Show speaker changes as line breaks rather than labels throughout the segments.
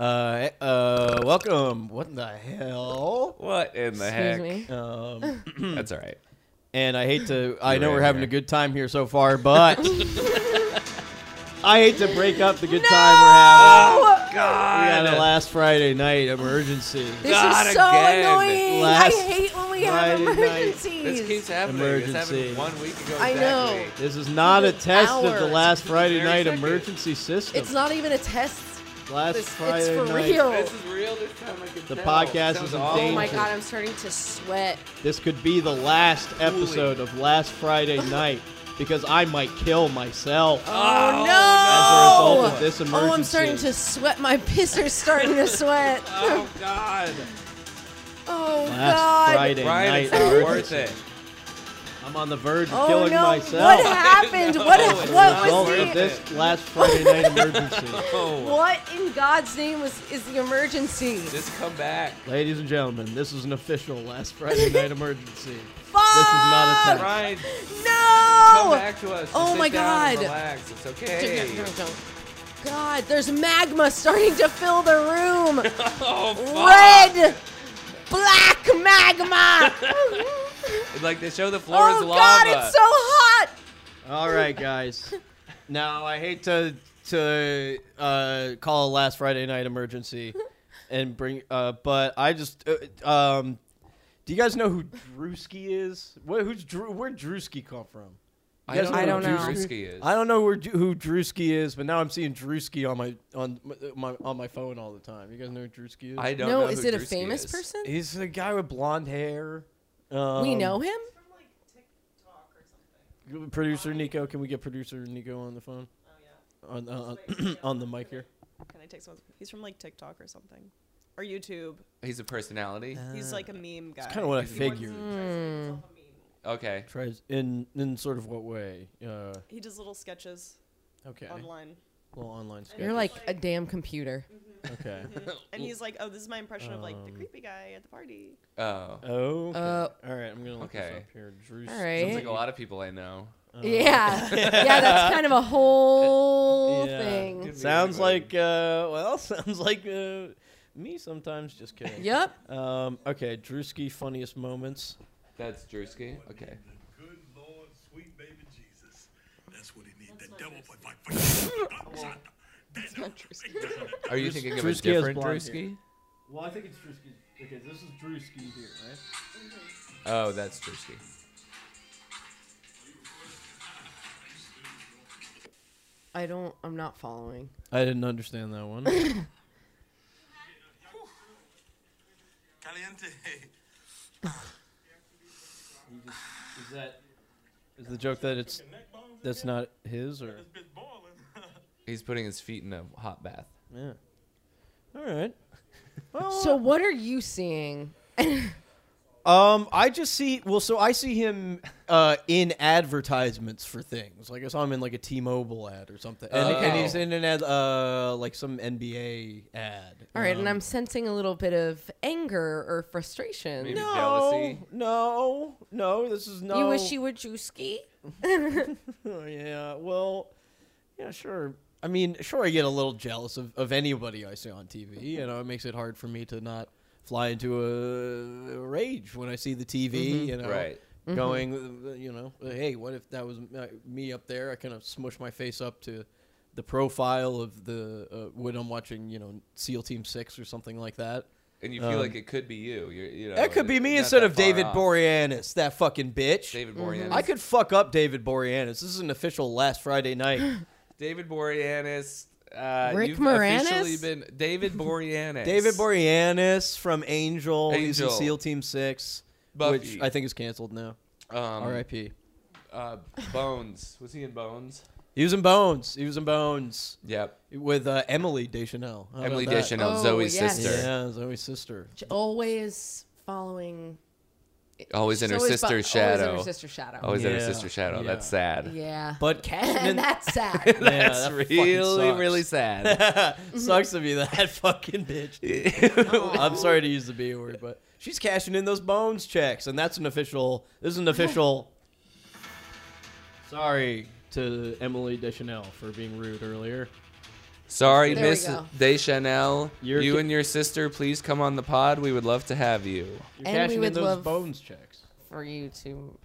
Uh, uh, welcome. What in the hell?
What in the heck? Hmm.
Excuse me.
Um,
That's all right.
and I hate to. I know
Right
we're having
here.
a good time here so far, but I hate to break up the good time we're
Ah,
having. Oh, We
God.
had a last Friday night emergency.
This
God,
is so
again.
annoying.
Last
I hate when we have
Friday night.
This
emergencies.
keeps happening. This
Emergency.
happened one week ago.
I know.
exactly.
This is not a
An
test of
hour.
the last Friday
Very
night
second.
emergency system.
It's not even a test.
last
This, it's
Friday
for
night.
real.
This is real this time. I can
The
tell.
podcast
Sounds
is in
awful.
Oh my
danger.
god, I'm starting to sweat.
This could be the last episode of last Friday night because I might kill myself
Oh,
Oh, no!
as a result of this emergency.
Oh, I'm starting to sweat. My pisser's starting to sweat.
Oh God!
Oh
Last
god.
Friday
Brian, it's
night
not worth
emergency.
it.
I'm on the verge of
Oh
killing
no!
myself.
What happened? What?
No,
as
it's
a
what
result
was
of
the?
this last Friday night emergency.
Oh,
What in God's name was is the emergency?
just come back.
Ladies and gentlemen, this is an official last Friday night emergency.
Fuck!
This is not a test.
Brian, come
No!
back to us. Just
Oh,
sit
my
down and
God.
Relax. It's okay.
God, there's magma starting to fill the room.
Oh fuck!
Red, black magma.
It's Like they show the floor is
oh
lava.
God, it's so hot.
All right, guys. Now I hate to to uh, call a last Friday night emergency and bring, uh, but I just uh, um, do you guys know who Drewski is? Where, who's Drew? Where Drewski come from? You guys
I don't
who
know.
Drewski is.
I don't know where, Dru- who Drewski is, but now I'm seeing Drewski on my on my on my phone all the time. You guys know who Drewski is?
I don't
no,
know
is
who
it a
Drewski
famous
is.
person?
He's a guy with blonde hair. Um,
we know him.
Producer Nico, can we get producer Nico on the phone?
Oh yeah.
On uh, on the mic here.
Can I take someone? He's from like TikTok or something, or YouTube.
He's a personality.
He's like a meme guy.
Ah. kinda what I
If he wants to
figured.
tries to make himself a meme.
Okay.
Tries in in sort of what way? Uh,
He does little sketches
okay.
online,
Little online sketch.
You're like a damn computer.
okay.
and he's like, "Oh, this is my impression of like the creepy guy at the party."
Oh.
Oh.
Uh,
All right. I'm gonna look
Okay.
this up here. Drew.
All right.
Sounds like a lot of people I know.
Oh.
yeah, yeah, that's kind of a whole
Yeah.
thing.
Sounds like uh, well, sounds like uh, me sometimes. Just kidding.
Yep.
Um. Okay. Drewski funniest moments.
That's Drewski. Okay.
The good Lord, sweet baby Jesus. That's what he needs. The devil for fight for That's not
Are you thinking of a
Drewski has
different
blonde
Drewski?
Well, I think it's Drewski. Okay, this is Drewski here, right?
Oh, that's Drewski.
I don't. I'm not following.
I didn't understand that one.
Caliente.
is that is the joke that it's
Neck bones?
that's not his or?
This bitch boiling.
He's putting his feet in a hot bath.
Yeah. All right.
So what are you seeing?
Um, I just see. Well, so I see him uh, in advertisements for things. Like I saw him in like a T-Mobile ad or something, and, and
Oh.
he's in an ad, uh, like some NBA ad.
All right, and
Um,
I'm sensing a little bit of anger or frustration.
Maybe.
no,
jealousy.
no, no. This is no.
You wish you were Drewski?
Oh, yeah. Well, yeah, sure. I mean, sure, I get a little jealous of, of anybody I see on TV. You know, it makes it hard for me to not fly into a, a rage when I see the TV. You know,
Mm-hmm. Right.
Going, uh, you know, hey, what if that was uh, me up there? I kind of smush my face up to the profile of the uh, when I'm watching, you know, SEAL Team Six or something like that.
And you feel
Um,
like it could be you. You're, you know,
that could be
you're
me
Oh, not
instead
that
of
far
David
off.
Boreanaz, that fucking bitch.
David Boreanaz.
I could fuck up David Boreanaz. This is an official last Friday night.
David Boreanaz. Uh,
Rick
you've
Moranis?
officially been David Boreanaz.
David Boreanaz from Angel. He's in
Angel.
SEAL Team Six, which
Buffy.
I think is canceled now.
Um,
R.I.P.
Uh, Bones. Was he in Bones?
He was in Bones. He was in Bones
Yep.
with uh, Emily Deschanel. How about
Emily
that?
Deschanel,
Oh,
Zoe's
yes.
sister.
Yeah, Zoe's sister.
J- Always following.
Always in her
She's always fo-
sister's
Always
shadow.
in her sister's shadow.
Always in her
Yeah.
sister's shadow.
Yeah.
That's sad.
yeah.
But Cashman
and that's sad.
That's
that fucking
really,
sucks.
really sad.
sucks to be that fucking bitch. I'm sorry to use the B word, but she's cashing in those bones checks, and that's an official. This is an official. sorry to Emily Deschanel for being rude earlier.
Sorry,
There we
Miss
go.
Deschanel.
You're
you
ki-
and your sister, please come on the pod. We would love to have you.
You're
And we
cashing in
would
those
love-
bones checks.
for you to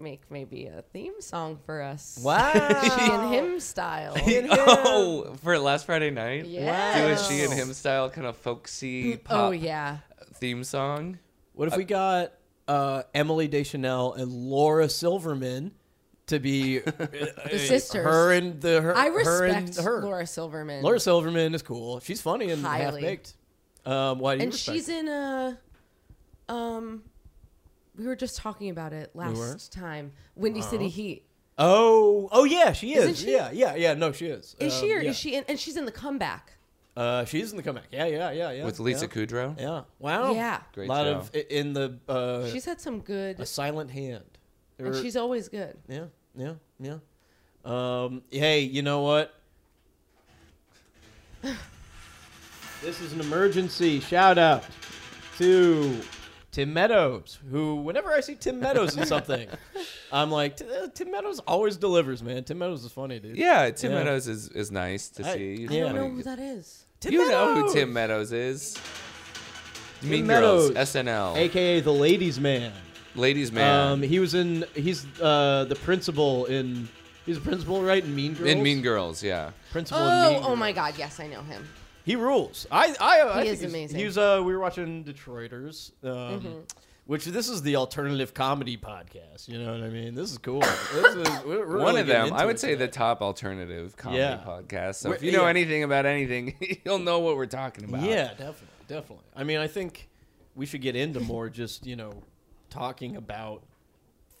make maybe a theme song for us. She
Wow.
and him style.
oh, for last Friday night?
Yeah.
Do a she and him style kind of folksy pop
Oh yeah.
theme song.
What if we got uh, Emily Deschanel and Laura Silverman to be the
sisters.
Her and the her.
I
her and
respect
her.
Laura Silverman.
Laura Silverman is cool. She's funny and
Highly.
half baked. Um, why do you
and
respect
she's in a um we were just talking about it last
were? Uh-huh.
time. Windy City Heat.
Oh, oh yeah, she is.
Isn't she?
Yeah, yeah, yeah. No, she is.
Is she
Um,
or
yeah.
is she in, and she's in the comeback.
Uh, she's in the comeback. Yeah, yeah, yeah, yeah.
With Lisa
yeah.
Kudrow.
Yeah. Wow.
Yeah.
a
Great
lot
show.
of i- in the uh,
she's had some good
a silent hand.
and
Or-
she's always good.
yeah, yeah, yeah. Um, hey, you know what?
This is an emergency. Shout out to Tim Meadows, who, whenever I see Tim Meadows in something, I'm like, "T- uh, Tim Meadows always delivers, man. Tim Meadows is funny, dude.
Yeah, Tim
Yeah.
Meadows is, is nice to
I-
see.
I
I
Yeah.
don't know who that is.
Tim
you know who
Meadows!
Tim Meadows is. mean
Meadows.
Girls, SNL,
AKA the ladies' man.
Ladies Man,
Um, he was in. He's uh, the principal in. He's a principal, right? In Mean Girls.
in Mean Girls, yeah.
Principal. in
Oh,
mean
oh my
Girls.
god, yes, I know him.
He rules. I. I. I
He
think
is
he's-
amazing. Mm-hmm.
He was. Uh, we were watching Detroiters, um, which this is the alternative comedy podcast. You know what I mean? This is cool. this is, we're really
One
getting
of them,
into
I
it
would say
today.
the top alternative comedy
Yeah.
podcast. So
We're-
if you know
yeah.
anything about anything, you'll know what we're talking about.
Yeah, definitely, definitely. I mean, I think we should get into more just you know talking about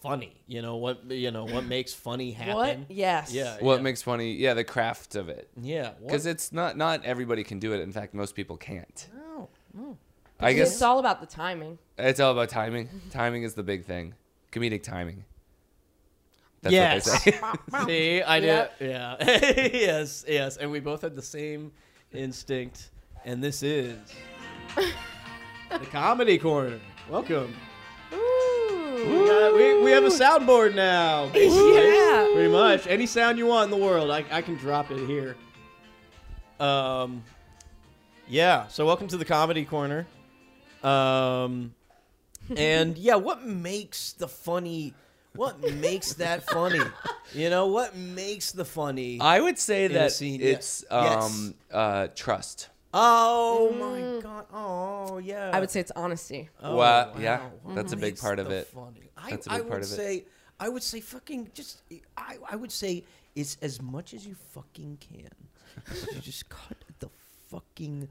funny. You know what you know what makes funny happen.
What? Yes.
Yeah.
What makes funny? Yeah, the craft of it.
Yeah. what-
Because it's not not everybody can do it. In fact, most people can't.
No,
I guess
It's all about the timing.
it's all about timing. Timing is the big thing. Comedic timing. That's
Yes.
what they say.
See, I did. Yeah. yes, yes. And we both had the same instinct. And this is the comedy corner. Welcome. We, got- we, we have a soundboard now. basically.
Yeah.
Pretty much. Any sound you want in the world, I, I can drop it here. Um, yeah. So, welcome to the comedy corner. Um,
And yeah, what makes the funny? What makes that funny? You know, what makes the funny?
I would say
a
that
scene,
it's
yes.
um uh trust.
oh my god! Oh yeah.
Mm. I would say it's honesty.
Oh,
Wow, yeah, that's a
What
big
makes
part of
the
it.
funny? I,
That's a
I
big part
would
of it.
say, I would say, fucking just, I, I would say, it's as much as you fucking can. you just cut the fucking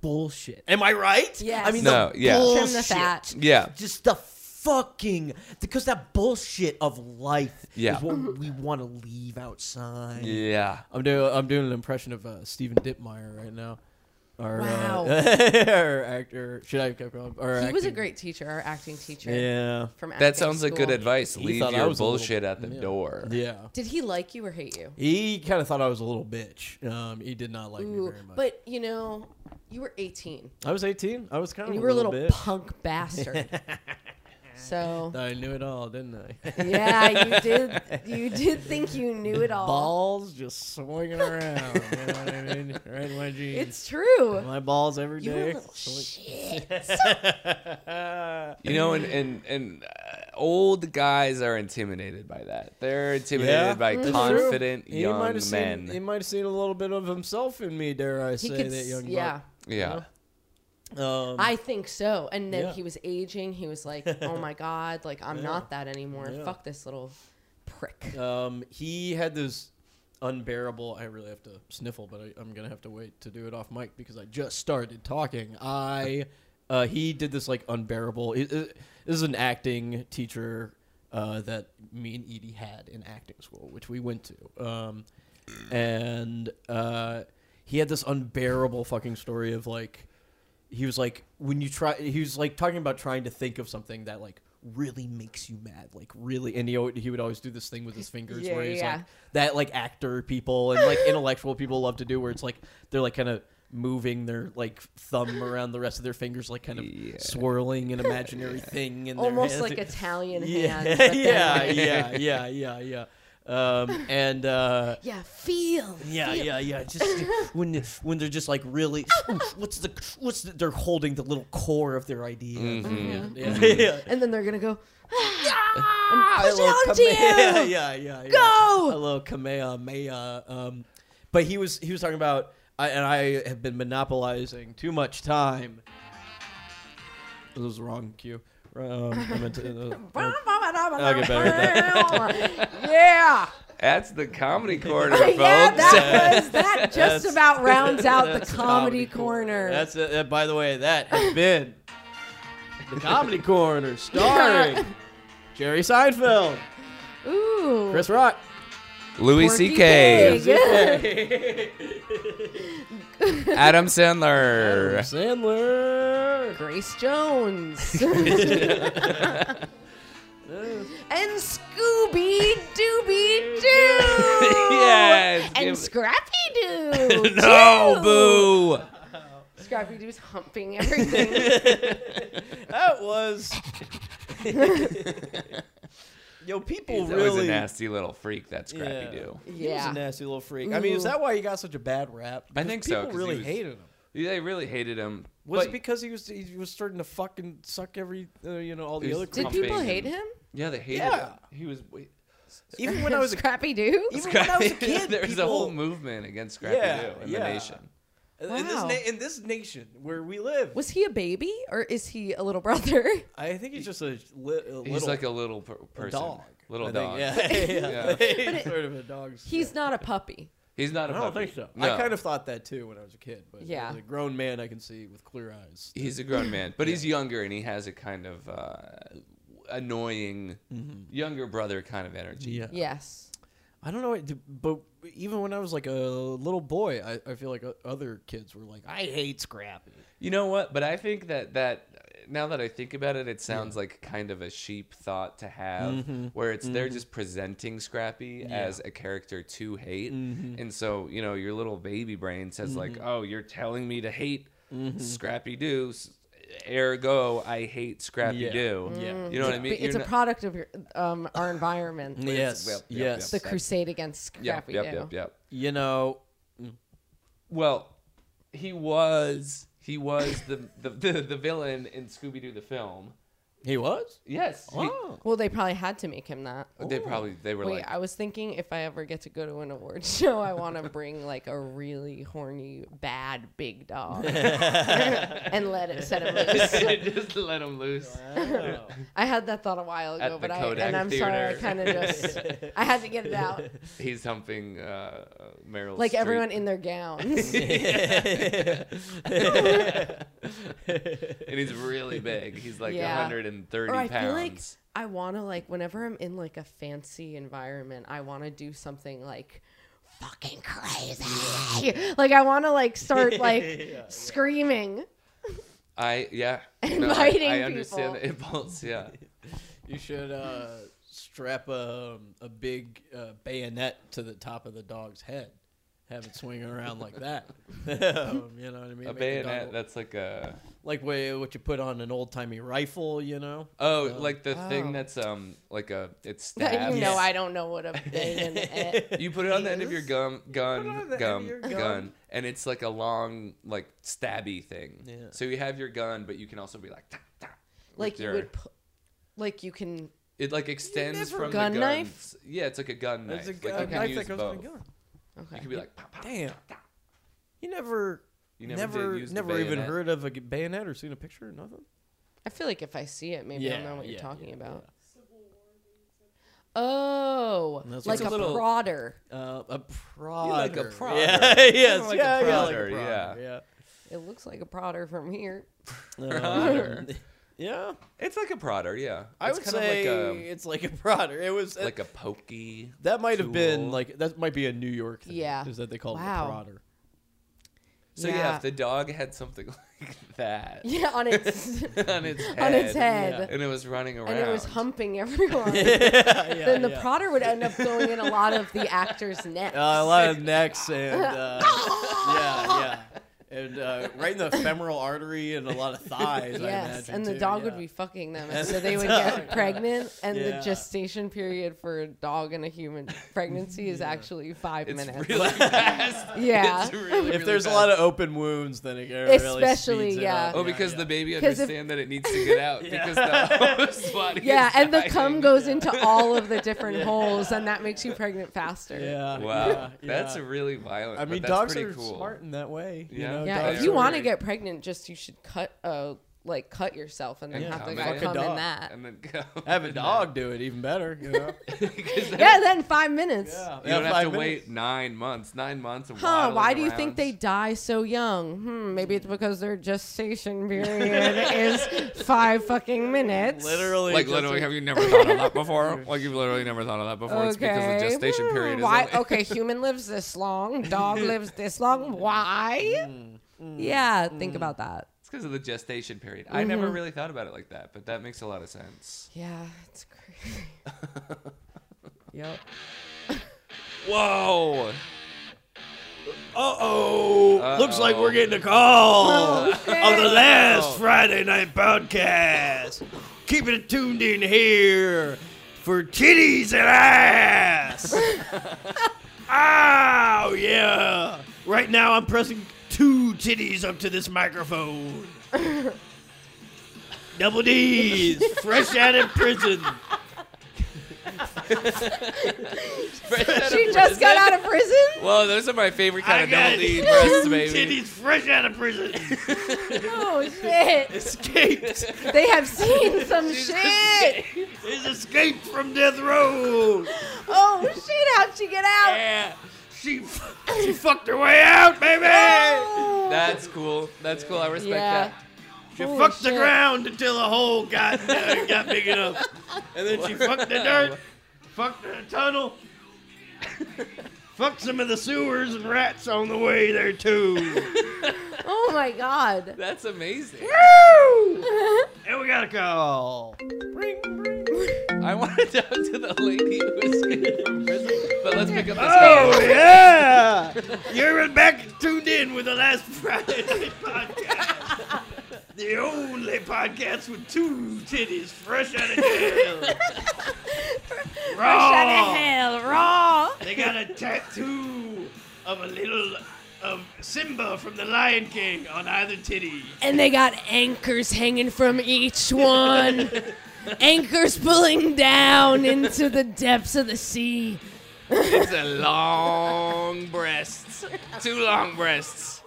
bullshit. Am I right?
Yes.
I mean,
No,
the
yeah.
bullshit.
Trim the fat.
Yeah.
Just the fucking because that bullshit of life
Yeah.
is what we want to leave outside.
Yeah.
I'm doing I'm doing an impression of uh, Steven Dittmeyer right now. Our,
Wow.
uh, our actor. Should I have kept going? Our
He was a
acting-
great teacher, our acting teacher.
Yeah.
From acting
That sounds like good
school.
advice.
He
Leave
thought I
your
was a little-
bullshit at the
yeah.
door.
Yeah.
Did he like you or hate you?
He kind of thought I was a little bitch. Um, he did not like me
Ooh,
very much.
but you know, you were 18
I was 18. I was kind
and
of
you
a
were a little,
bitch.
punk bastard. so
I knew it all, didn't I?
yeah, you did. You did think you knew it all.
Balls just swinging around. you know what I mean? Right in my jeans.
It's true.
my balls every
You were a
day.
little shit.
You know, and and and uh, old guys are intimidated by that. They're intimidated
Yeah,
by
that's
confident
He might
young
have
men.
seen. He might have seen a little bit of himself in me. Dare I
He
say
could,
that
s-
young buck.
yeah,
yeah.
Um,
I think so. And then
Yeah.
he was aging. He was like, "Oh my god, like I'm not that anymore.
Yeah.
Fuck this little prick."
Um, he had this unbearable. I really have to sniffle, but I, I'm gonna have to wait to do it off mic because I just started talking. I, uh, he did this like unbearable. It, it- this is an acting teacher uh, that me and Edie had in acting school, which we went to. Um, and uh, he had this unbearable fucking story of like he was like when you try he was like talking about trying to think of something that like really makes you mad like really and he, al- he would always do this thing with his fingers
Yeah,
where he's
yeah.
like that like actor people and like intellectual people love to do where it's like they're like kind of moving their like thumb around the rest of their fingers like kind of
Yeah.
swirling an imaginary thing in their
Almost
hands.
like Italian
yeah
hands. but then,
yeah
like,
yeah yeah yeah yeah Um, and uh,
Yeah, feel.
yeah,
feel.
yeah, yeah. Just when when they're just like really, "Ooh, what's the what's the, they're holding the little core of their idea. Yeah, yeah, yeah.
And then they're gonna go.
Ah,
push
a
it
little
onto
kame- Yeah,
you.
yeah, yeah, yeah.
Go!
A little kamehameha. Um, but he was he was talking about, I, and I have been monopolizing too much time. It was the wrong cue. Um, I meant to, uh, I'll get better
yeah,
That's the comedy corner, folks.
yeah, that was that. Just
That's-
about rounds out the
That's
comedy
corner.
corner.
That's it. Uh, by the way, that has been the comedy corner starring Jerry Seinfeld,
Ooh,
Chris Rock.
Louis
Porky
C.K.,
Pig.
Adam Sandler.
Sandler.
Grace Jones. and Scooby Dooby Doo.
Yes,
And
give-
Scrappy Doo.
no, boo.
Oh,
Scrappy Doo's humping everything.
That was. Yo, people
He's always
really.
a nasty little freak. That's Scrappy
Yeah.
Doo.
He was
yeah. Mm.
a nasty little freak. I mean, is
Ooh.
that why he got such a bad rap?
I
Because
think so,
people
'cause he
really
was-
hated him.
They really hated him.
Was
but-
it because he was he was starting to fucking suck every uh, you know all
He
the
was
other
Did
Did
creeps?
humping
people
people hate
hate
and-
him?
Yeah, they hated
Yeah.
him. He was. Wait,
Even when I was a
Scrappy Doo.
even when I was a kid,
there was a
people-
whole movement against Scrappy
Yeah,
Doo in the
yeah.
nation.
in this
Wow.
na- in this nation where we live.
Was he a baby or is he a little brother?
I think he's just a, li- a little
He's like a little per- person.
dog.
Little
I think,
dog.
yeah, yeah.
Yeah.
He's sort of a dog.
He's not a puppy.
He's not
I
a
don't
puppy.
think so.
No.
I kind of thought that too when I was a kid, but
Yeah.
as a grown man I can see with clear eyes.
He's a grown man, but he's younger and he has a kind of uh, annoying
Mm-hmm.
younger brother kind of energy.
Yes.
I don't know, what- but even when I was like a little boy, I, I feel like o- other kids were like, I hate Scrappy.
You know what? But I think that that now that I think about it, it sounds like kind of a sheep thought to have,
Mm-hmm.
where it's they're just presenting Scrappy as a character to hate,
Mm-hmm.
and so you know your little baby brain says like, "Oh, you're telling me to hate
Mm-hmm.
Scrappy Doo, s- ergo I hate Scrappy
Yeah.
Doo."
Yeah.
You know what I mean?
Mm. It's
You're
a
not-
product of your, um, our environment.
Yes,
Yep, yep,
yes.
The crusade against
Yep,
Scrappy
yep,
Doo.
yep, yep.
You know,
Well, he was he was the the, the, the villain in Scooby Doo the film.
he was.
Yes, he-
Oh.
Well, they probably had to make him that.
they probably they were
Wait,
like,
I was thinking if I ever get to go to an award show, I want to bring like a really horny, bad big dog and let it set him loose.
just let him loose.
I had that thought a while
At
ago,
the
but I
Kodak
and I'm sorry, I
Theater.
kind of just I had to get it out.
He's humping uh, Meryl.
Like
Streep.
everyone in their gowns.
and he's really big. He's like
Yeah.
130
or I
pounds.
feel like I want to like whenever I'm in like a fancy environment, I want to do something like fucking crazy. Like I want to like start like screaming.
I yeah,
Inviting
I, I understand
people.
the impulse. Yeah,
You should uh, strap a, a big uh, bayonet to the top of the dog's head. Have it swing around like that. Um, you know what I mean?
a
Make the
bayonet.
dog-
That's like a
like way, what you put on an old timey rifle, you know?
oh, like the
Oh.
thing that's um like a it's
That
stabbed.
you know,
Yes.
I don't know what a bayonet.
You put it on the end of your
Is?
gum,
Put it on
gun,
the end of
gum,
your
gun,
gun.
and it's like a long, like stabby thing.
Yeah.
So you have your gun, but you can also be like, ta, ta, with
like you
your-
would, pu- like you can.
It like extends
never-
from
Gun
the
knife?
guns. Yeah, it's like a gun knife.
There's a
like, you
gun-
can
knife
use
that goes on a
both.
gun.
You
Okay.
could be like, pop, pop,
Damn.
pop.
You never,
You never did
never,
use the
never even
bayonet.
heard of a g- bayonet or seen a picture or nothing.
I feel like if I see it, maybe I'll
Yeah,
know what you're
yeah,
talking
yeah,
about. Oh,
That's
like a
what- It's a little-
prodder.
Uh, a
You
prodder.
like a prodder.
Yeah, yes,
like a
yeah, yeah, like a
prodder, yeah.
prodder, yeah.
It looks like a prodder from here.
Prodder.
Um, Yeah,
It's like a prodder, yeah.
I
it's
would
kind
say
of like
it's like a prodder. It was
a like a pokey.
that might have
tool.
been like that might be a New York thing.
Yeah.
is that they call it
Wow.
a prodder?
So yeah.
Yeah.
if the dog had something like that
Yeah, on its
on its head,
on its head,
and it was running around,
and it was humping everyone. then the prodder would end up going in a lot
Oh,
of the actors' nets.
Uh, a lot of necks and uh, yeah, yeah, and
and uh, right in the femoral artery and a lot of thighs. I
Yes,
imagine,
and the
too,
dog
yeah.
would be fucking them, and so they would get pregnant. And the
Yeah.
gestation period for a dog and a human pregnancy is actually five
It's
minutes.
really fast.
Yeah.
It's really,
If
really
there's a
fast.
lot of open wounds, then it really
Especially,
speeds it
yeah.
up.
Oh, because the baby
'Cause if-
understand that it needs to get out because the host body.
yeah,
is
and the
dying.
cum goes into all of the different holes, and that makes you pregnant faster.
yeah.
Wow,
yeah,
that's
yeah.
a really violent.
I mean,
but that's
dogs
pretty
are
cool.
smart in that way. You
Yeah.
know,
Yeah,
dogs
if
Yeah.
you
are
want to
Weird.
get pregnant, just you should cut uh like cut yourself and then
Yeah.
have the
Come
guy
in.
come in
Dog.
that.
And then go.
Have a dog do it even better. You know?
Yeah, then five minutes.
yeah,
You don't have
five
to
minutes.
wait nine months. Nine months of
Huh,
waddling
why do you
around.
think they die so young? Hmm, maybe it's because their gestation period is five fucking minutes.
Literally,
Like
just
literally,
a-
have you never thought of that before? Like you've literally never thought of that before. It's because the
Okay.
gestation
Hmm,
period is.
Why?
only-
okay, human lives this long, dog lives this long. Why?
Mm,
yeah, think about that.
It's because of the gestation period. I
Mm-hmm.
never really thought about it like that, but that makes a lot of sense.
Yeah, it's crazy. yep.
Whoa!
Uh-oh.
Looks like we're
getting a call
Okay.
last Friday night podcast. Keeping it tuned in here for titties and ass. oh yeah. Right now I'm pressing two titties up to this microphone. Double D's, fresh out of prison.
She just got out of prison.
Whoa, those are my favorite kind
I
of
got
double D breasts,
two
baby.
titties fresh out of prison.
Oh shit!
Escaped.
They have seen some shit.
He's escaped from death row.
Oh shit! How'd she get out?
Yeah. She, she fucked her way out, baby.
Oh.
That's cool. That's cool. I respect
Yeah.
that.
She
Holy
fucked the
shit.
ground until the hole got uh, got big enough, and then she fucked the dirt, fucked the tunnel, fucked some of the sewers and rats on the way there too.
Oh my god.
That's amazing.
And we got a call.
I want to talk to the lady who escaped from prison, but let's pick up this
Oh
call.
yeah! You're back tuned in with the last Friday night podcast. The only podcast with two titties fresh out of jail. Raw.
hell, raw.
They got a tattoo of a little of Simba from the Lion King on either titty.
And they got anchors hanging from each one. anchors pulling down into the depths of the sea.
It's a long breasts. Two long breasts.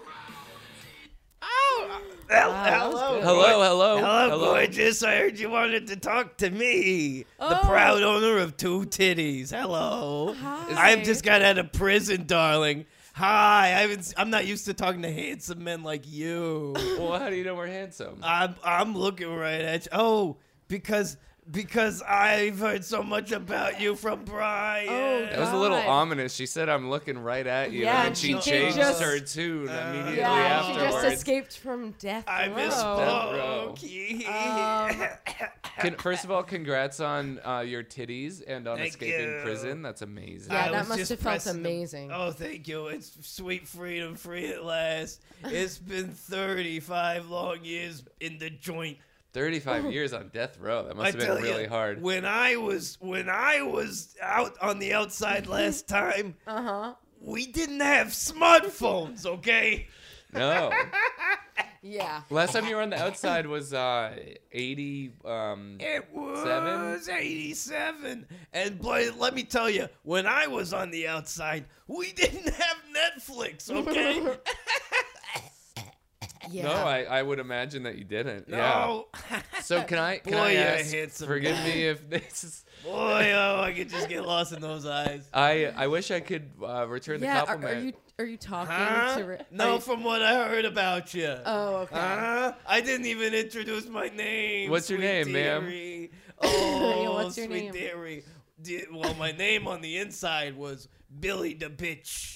Oh, hello.
Hello, hello.
Hello, gorgeous. I heard you wanted to talk to me, the
Oh.
proud owner of two titties. Hello.
Hi.
I've just got out of prison, darling. Hi. I haven't, I'm not used to talking to handsome men like you.
Well, how do you know we're handsome?
I'm I'm looking right at you. Oh, because because I've heard so much about you from
Oh,
Brian.
That was a little
God.
ominous. She said, "I'm looking right at you,"
Yeah,
and then
and
she,
she did
changed
just-
her tune immediately
Yeah, she
afterwards.
just escaped from death.
I
row. Um,
Row.
misspoke.
Um, Con- first of all, congrats on uh, your titties and on
Thank
escaping
you.
prison. That's amazing.
Yeah,
I
that
was
must
just
have felt
pressing the-
amazing.
oh, thank you. It's sweet freedom, free at last. It's been 35 long years in the joint.
Thirty-five years on death row. That must
I
have been
tell
really
ya,
hard.
When I was when I was out on the outside last time,
Uh huh.
we didn't have smartphones. Okay.
No,
Yeah.
last time you were on the outside was uh, eighty. Um,
It
Seven?
was 87. And boy, let me tell you, when I was on the outside, we didn't have Netflix, okay?
Yeah.
No, I, I would imagine that you didn't. Yeah.
No.
So can I? Can
Boy,
I
you're a
ask?
handsome
Forgive me if this is.
Boy, oh, I could just get lost in those eyes.
I I wish I could uh, return the
yeah. Are,
compliment.
are you are you talking to?
Huh?
Re- are
No,
you-
from what I heard about you.
oh, okay.
Huh? I didn't even introduce my name.
What's your
sweet
name, ma'am?
dearie. Oh,
Yeah, what's your
sweet
name?
dearie. Di- Well, my name on the inside was Billy the Bitch.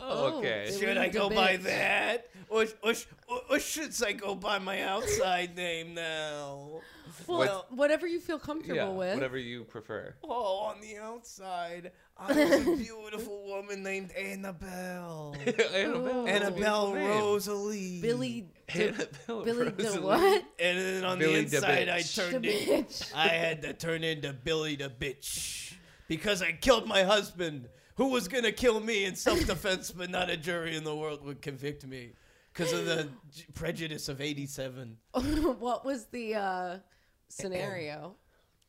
Oh,
okay.
Billy
Should I
the
go by
Bitch.
that? Or, or, or, or should I go by my outside name now?
Well,
What-
whatever you feel Oh, comfortable
yeah,
with.
whatever you prefer.
Oh, on the outside, I was a beautiful woman named Annabelle.
Annabelle.
Annabelle
name.
Rosalie.
Billy. De,
Annabelle
Billy the
Rosalie.
what?
And then on
Billy
the
the
inside, I
bitch.
turned
The
in.
bitch.
I had to turn into Billy the bitch because I killed my husband, who was gonna kill me in self-defense, but not a jury in the world would convict me because of the j- prejudice of '87.
what was the uh, scenario?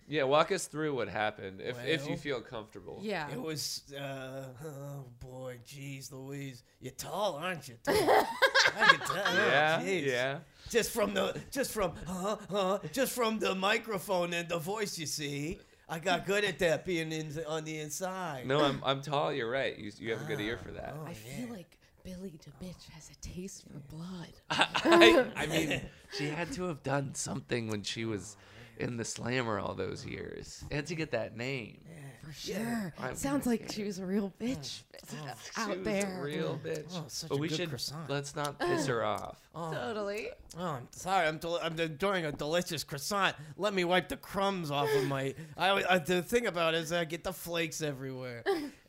Yeah, walk us through what happened if, if you
Well.
feel comfortable.
yeah.
It was, uh, oh boy, geez, Louise, you're tall, aren't you? Tall. I can tell. Oh,
Yeah.
jeez.
yeah.
Just from the, just from, huh, huh, just from the microphone and the voice, you see. I got good at that being in, on the inside.
No, I'm I'm tall. You're right. You you have a good ear for that.
Oh,
I
yeah.
feel like Billy the bitch has a taste for blood.
Oh.
I, I mean, she had to have done something when she was in the slammer all those years, and to get that name.
For sure.
I'm-
Sounds like she was a real bitch out
She was
there.
a real bitch.
Oh, such
but
a
we
good
should
croissant.
let's not piss her off.
Totally.
Oh, I'm sorry. I'm, del- I'm enjoying a delicious croissant. Let me wipe the crumbs off of my. I, always- I the thing about it is I get the flakes everywhere.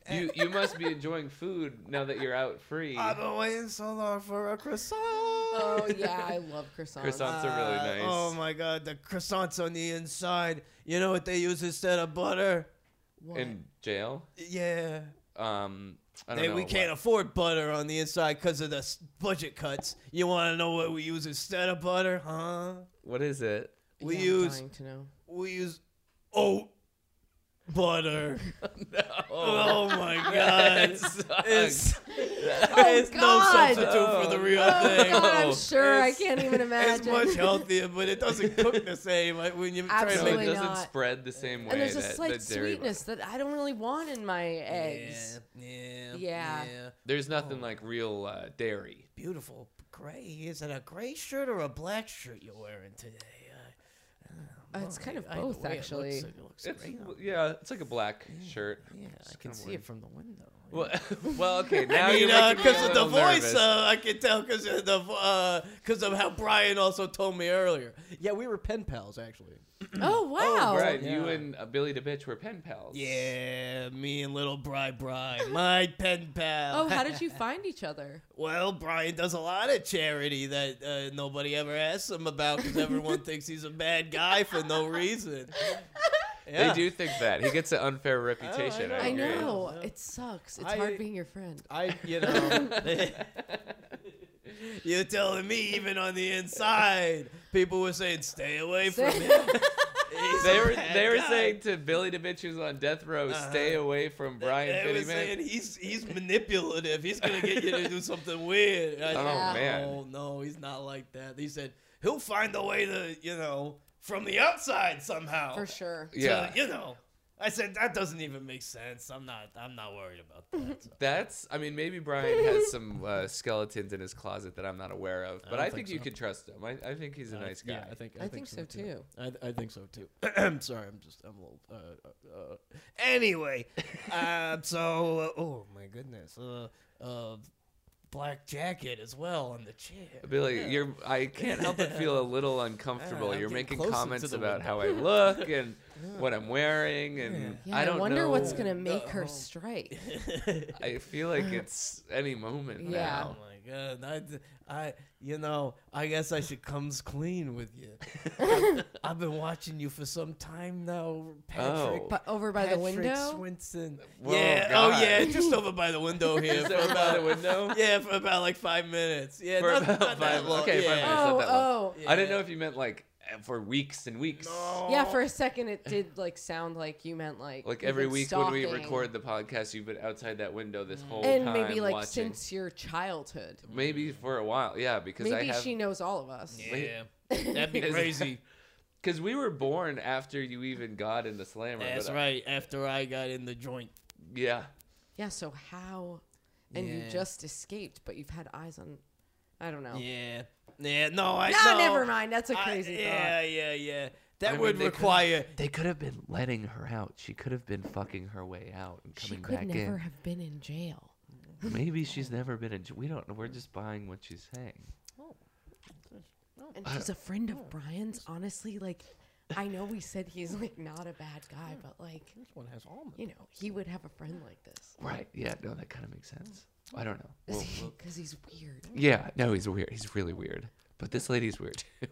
eh.
You you must be enjoying food now that you're out free.
I've been waiting so long for a croissant.
Oh yeah, I love croissants.
Croissants are really
Uh,
nice.
Oh my god, the croissants on the inside. You know what they use instead of butter?
What?
In jail,
Yeah.
um, I don't
They,
know
we
what-
can't afford butter on the inside because of the s- budget cuts. You want to know what we use instead of butter, huh?
what is it?
We
Yeah, I'm
use
dying to know.
we use oat butter. Oh my god. It's, it's no
God.
substitute for the real
Oh
thing.
God, I'm
Oh,
sure. I
it's-
can't even
It's
imagine.
much healther, but it doesn't cook the same like when you try to
So
make
it
Absolutely
doesn't
not.
spread the same way
and there's a
that,
slight
that dairy
sweetness that I don't really want in my eggs.
Yeah,
Yeah.
There's nothing
Oh.
like real uh, dairy.
Beautiful. Gray. Is it a gray shirt or a black shirt you're wearing today?
Uh, it's kind of
Either
both,
way, it looks-
actually.
It looks,
It's,
great. on-
yeah, it's like a black shirt.
Yeah, I
It's
can
kinda
see
weird.
it from the window.
Well, well okay. Now
I mean,
you're making me
because
a
of the
little
voice,
nervous.
uh, I can tell because of the because of how Brian also told me earlier. Yeah, we were pen pals actually.
oh wow.
right, you
yeah.
and uh, Billy the bitch were pen pals.
Yeah, me and little Bri Bri, my pen pal.
Oh, how did you find each other?
Well, Brian does a lot of charity that uh, nobody ever asks him about because everyone thinks he's a bad guy for no reason.
They
Yeah. Oh,
do think that he gets an unfair reputation.
know.
I,
I
agree.
know it sucks. It's
I-
hard being your friend.
I, you know, you're telling me even on the inside, people were saying, "Stay away from him." He's
They
a
were
bad
they were
guy."
saying to Billy the bitch who's on death row, stay away from Brian
Uh-huh. They were
Fittyman.
saying he's he's manipulative. He's gonna get you to do something weird. I
Oh,
said,
man.
no, no, he's not like that. He said he'll find a way to, you know, from the outside somehow.
For sure.
to,
Yeah,
you know. I said that doesn't even make sense. I'm not. I'm not worried about that. So.
that's. I mean, maybe Brian has some uh, skeletons in his closet that I'm not aware of, but I,
don't
think,
think
you
so.
can trust him. I, I think he's
Uh,
a nice guy.
Yeah, I think I,
I think so too.
I, I think so too. I'm sorry, I'm just I'm a little. Uh, uh,
anyway, uh, so uh, oh my goodness, uh, uh, black jacket as well on the chair.
Billy, you're. I can't help but feel a little uncomfortable.
I'm
you're
getting
making
closer to
comments
the
about how I look and what I'm wearing, and
Yeah,
I
I,
don't
wonder
know.
what's gonna make her strike.
I feel like it's any moment
Yeah.
Oh
now.
my god, I, d- I- you know, I guess I should comes clean with you. I've, I've been watching you for some time now, Patrick.
Oh.
But over by the
Patrick
window.
Swinson.
Whoa,
yeah. Oh
God.
yeah, just over by the window here.
Is
for
that by
about-
the window?
yeah, for about like five minutes. Yeah,
For
not,
about
not that
five-
long.
okay, five
yeah.
minutes.
Oh,
that
oh.
long. I didn't know if you meant like eh, for weeks and weeks.
Yeah, for a second it did like sound like you meant like
Like
you've
every
been
week when we
stalking. Mm.
record the podcast, you've been outside that window this whole
and
time
maybe like
watching.
since your childhood.
maybe for a while, yeah, because I
Maybe
have
she knows all of us.
Yeah, that'd be
Is-
crazy.
because we were born after you even got in the slammer.
That's
but I-
right. After I got in the joint.
yeah,
Yeah, so how and you
Yeah.
just escaped, but you've had eyes on I don't know.
Yeah. Yeah. No, I.
No,
no,
Oh. never mind. That's a
I-
crazy
yeah, yeah, yeah. That
mean,
would
they could've-
require.
They could have been letting her out. She could have been fucking her way out and
thought. She
coming
could
back
never
in.
have been in jail.
Maybe she's never been in. j- We don't know. We're just buying what she's saying.
And she's a friend of Brian's. Honestly, like I know we said he's like not a bad guy, but like
This one has almonds.
you know, he would have a friend like this
Right. Yeah. No, that kind of makes sense. I don't know. We'll-
because
we'll-
he's weird.
yeah. No, he's weird. He's really weird. But this lady's weird too.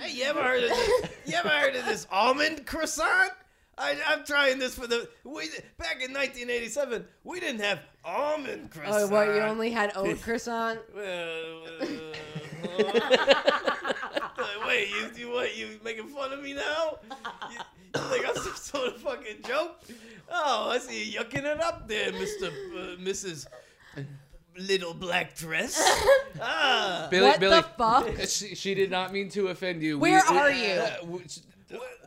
Hey, you ever heard of this? You ever heard of this almond croissant? I, I'm trying this for the. We, back in 1987, we didn't have almond croissant. uh,
Oh, what you only had oat croissant?
Well, uh, wait, you, you what? You making fun of me now? You, you think I'm some sort of fucking joke? Oh, I see you yucking it up there, Mister uh, Mrs. Little Black Dress. Ah,
Billy,
what
Billy,
the fuck?
She, she did not mean to offend you.
Where are you?
w- sh-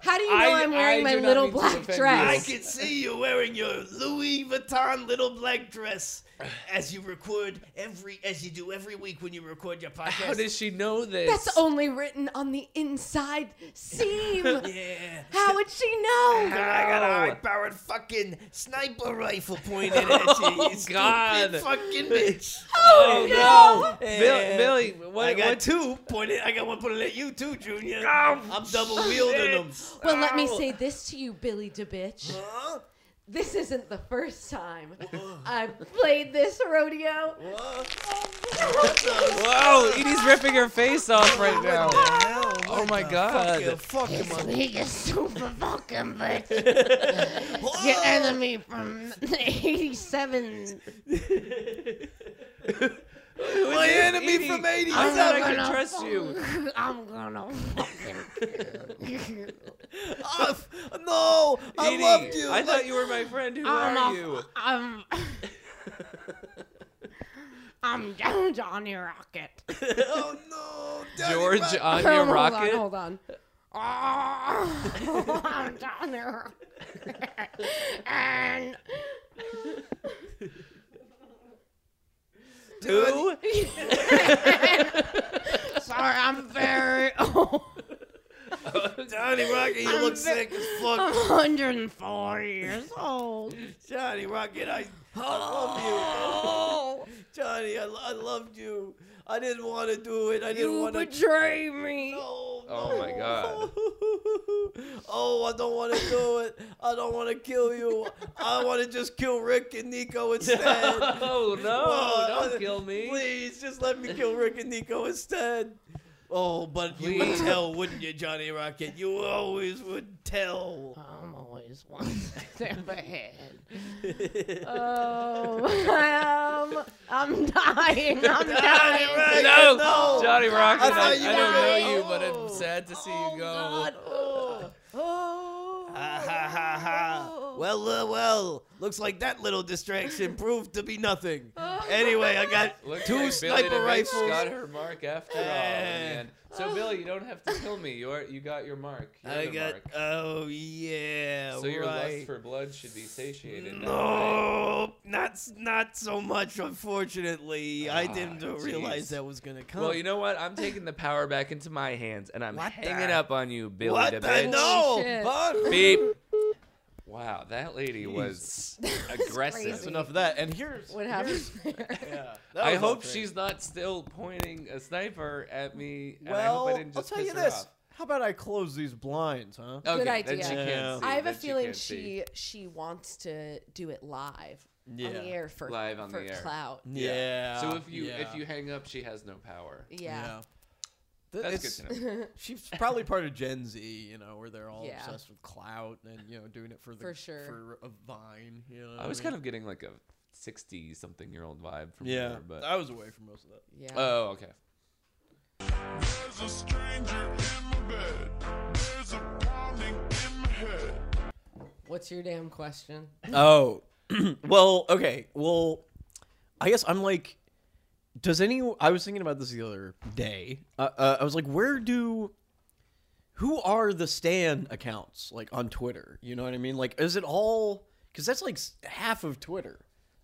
How do you know I, am wearing
I
my
do not
little
mean to
black
offend
I
dress?
can see you wearing your Louis Vuitton little black dress as you record every as you do every week when you record your podcast.
How does she know this?
That's only written on the inside seam.
yeah.
How would she know?
I got a high-powered fucking sniper rifle pointed at you. You stupid
God.
fucking bitch.
Oh, no,
Yeah.
Bill, Billy, what?
I got
what-
two pointed. I got one pointed at you too, Junior. I'm double wielding them.
Well, let me say this to you, Billy DeBitch.
Huh?
This isn't the first time I've played this rodeo.
Whoa, Edie's ripping her face off right now.
Hell,
Oh my
you
god.
fucking mother-
We get super fucking bitch. Your enemy from '87.
My enemy
Edie,
from '80.
I'm
What's
not
up?
gonna trust you.
I'm gonna fucking kill you.
Oh, f- no, I
Edie,
loved you.
I thought you were my friend. Who
I'm
are
a-
you?
I'm. I'm down Johnny Rocket.
oh no, Daddy
George
Rock-
on
Oh,
your
hold
rocket?
on, hold on.
Oh, I'm down there. and
Two.
sorry, I'm very old.
Johnny Rocket, you look sick as
I'm
fuck.
104 years old.
Johnny Rocket, I, I
Oh.
love you. Johnny, I, lo- I loved you. I didn't want to do it. I didn't
You
want to.
betray me.
Oh,
Oh my god.
oh, I don't want to do it. I don't want to kill you. I want to just kill Rick and Nico instead.
Oh
Oh,
no,
uh,
don't kill me.
Please, just let me kill Rick and Nico instead. Oh, but you would
Please.
tell, wouldn't you, Johnny Rocket? You always would tell.
I'm always one step ahead.
Oh, um, I'm dying. I'm
Johnny
dying.
Rocket,
No,
no.
Johnny Rocket,
I thought
I, I
you
don't
were-
know you, but
Oh.
I'm sad to see you go.
God. Oh. Oh.
Ha Ah, ha ha
Oh.
ha. Well, well, well. Looks like that little distraction proved to be nothing.
Oh,
Anyway, I got
Looks
two
like Billy
sniper
DeVitch
rifles.
Got her mark after all. in the
Eh.
end. So Billy, you don't have to kill me. You are you got your mark. You
I
have a
got.
mark.
Oh yeah.
So your lust
right.
for blood should be satiated. now, right?
No, not s- not so much. Unfortunately, I
Ah,
didn't
jeez.
realize that was gonna come.
Well, you know what? I'm taking the power back into my hands, and I'm
What
hanging
the-
up on you, Billy
what
the
the
bitch.
no?
shit.
Huh?
Beep. Wow, that lady was aggressive.
crazy.
That's enough of that. And here's
What
here's-
happened there?
Yeah, that
I
was
hope
okay.
she's not still pointing a sniper at me. and I
Well,
hope I
I
didn't just
will tell you
piss her
this.
off.
How about I close these blinds, huh?
Okay,
Good
Then
idea.
she
Yeah.
can't see,
I have a
then she
feeling
can't see.
she she wants to do it live on
Yeah.
the air for
Live on
for
the air.
clout.
Yeah.
So if you if
yeah.
you hang up, she has no power.
Yeah.
Th-
That's
it's-
good to know.
She's probably part of Gen Z, you know, where they're all
Yeah.
obsessed with clout and you know doing it for the
For sure.
for a vine. You know,
I was kind of getting like a sixty something year old vibe from
Yeah.
her, but
I was away from most of that.
Oh, Yeah.
oh okay.
There's a stranger in my bed. There's a pounding in my head.
What's your damn question?
Oh, well, okay. Well, I guess I'm like, does any? I was thinking about this the other day. Uh, uh, I was like, where do, who are the Stan accounts like on Twitter? You know what I mean? Like, is it all? Because that's like s- half of Twitter.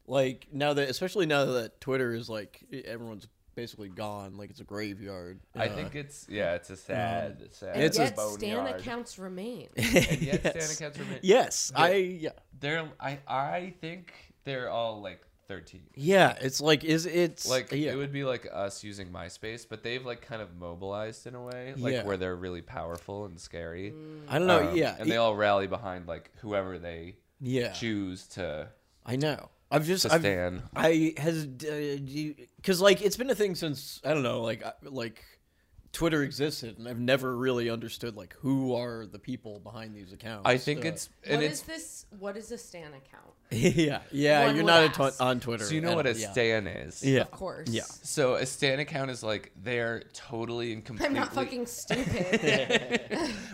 Like now that, especially now that Twitter is like everyone's basically gone. Like it's a graveyard.
I
Uh,
think it's yeah, Um, it's a sad, sad.
And
It's a
yet Stan
boneyard.
accounts remain.
And yet
yes.
Stan accounts remain.
Yes, I yeah.
They're I I think they're all like 13.
Yeah, it's like is it's
Like
yeah.
it would be like us using MySpace, but they've like kind of mobilized in a way, like
Yeah.
where they're really powerful and scary.
Mm.
I don't know.
Um,
yeah,
and they
it-
all rally behind like whoever they
yeah.
choose to,
I know. I've just
to
I've,
stand.
I has uh, because like it's been a thing since I don't know like I- like Twitter existed and I've never really understood like who are the people behind these accounts.
I think
Uh,
it's and
What
it's
is this? What is a Stan account?
yeah yeah
One
you're
would
not a ton-
ask.
on Twitter.
so you know
and-
what a
yeah.
stan is.
Yeah.
Of course.
Yeah.
So a stan account is like they're totally and
I'm
completely.
not fucking stupid.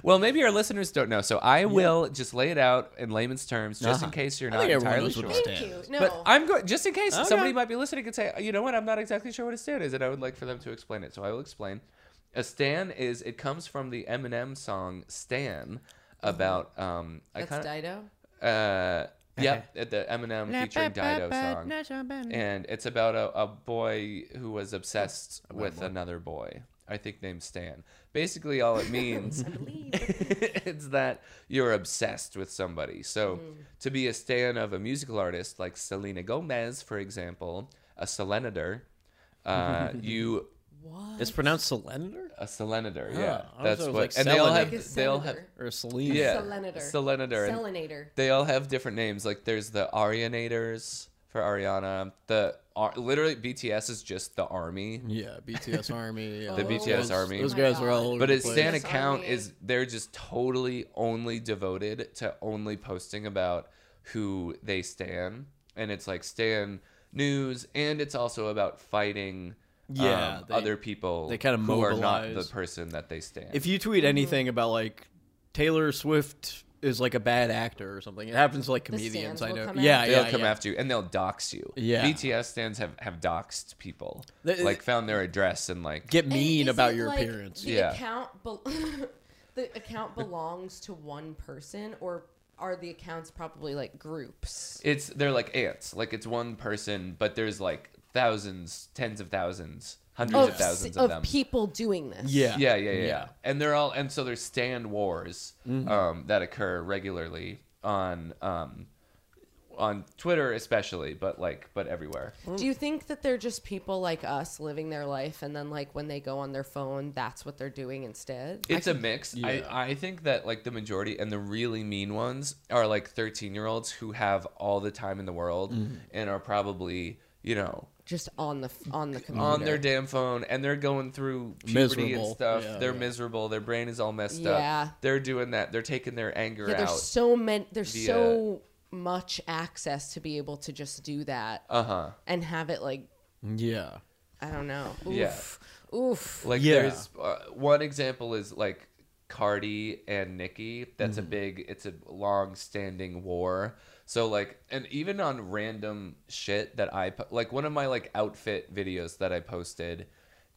Well, maybe our listeners don't know, so I will just lay it out in layman's terms, just in case you're
I
not
think everyone
entirely
knows
sure.
what a
Thank
stan
you.
is.
No.
But I'm going just in case somebody might be listening and say, you know what, I'm not exactly sure what a stan is, and I would like for them to explain it. So I will explain. A stan is it comes from the Eminem song "Stan" about um I
That's
kind
Dido.
uh yeah the Eminem featuring Dido song.
Mm-hmm.
and it's about a, a boy who was obsessed with another boy i think named stan basically all it means it's that you're obsessed with somebody so
Mm-hmm.
to be a stan of a musical artist like selena gomez for example a selenator uh, you
It's pronounced Selenator
a selenator
Ah,
yeah
I
that's
thought it was
what
like
and they all
Like a
have they all have
senator.
or Selena.
yeah
Selenator.
selenator and-
Selinator.
they all have different names. Like there's the Arianators for Ariana. The Ar- literally BTS is just the army.
Yeah, BTS Army. Yeah.
The BTS
Those-
Army.
Those
Oh My
guys
God.
are all over
But
the
its
place.
Stan
Yes,
account
army.
is they're just totally only devoted to only posting about who they stan, and it's like stan news, and it's also about fighting.
Yeah,
um,
they-
other people
they kinda
who are not the
mobilize.
person that they stan.
If you
Mm-hmm.
tweet anything about like Taylor Swift is like a bad actor or something, it happens to like
The Stans
comedians. I
will
know.
come
Yeah,
after
they'll
yeah,
come
yeah.
after you and they'll dox you.
Yeah.
BTS stands have have doxed people,
They-
like found their address and like
Get
And
mean
is
about
it
your
like
appearance.
The
Yeah.
account be- the account belongs to one person, or are the accounts probably like groups?
it's they're like ants like it's one person but there's like thousands tens of thousands hundreds of,
s-
thousands of,
of
them
people doing this.
Yeah.
yeah, yeah, yeah,
Yeah.
And they're all, and so there's stand wars um, that occur regularly on um, on Twitter, especially, but like, but everywhere.
Do you think that they're just people like us living their life, and then like when they go on their phone, that's what they're doing instead?
It's a mix. I, I think that like the majority and the really mean ones are like 13 year olds who have all the time in the world and are probably you know
Just on the f- on the computer.
on their damn phone and they're going through puberty
Mm-hmm. Miserable.
and stuff.
Yeah,
they're
yeah.
miserable. Their brain is all messed
Yeah.
up. They're doing that. They're taking their anger
yeah, there's
out.
so many. There's
via-
so much access to be able to just do that
Uh huh.
and have it like
Yeah.
I don't know. Oof.
Yeah.
Oof.
Like
Yeah.
there's uh, one example is like Cardi and Nicki. That's a big. It's a long-standing war. So like, and even on random shit that I po- like, one of my like outfit videos that I posted,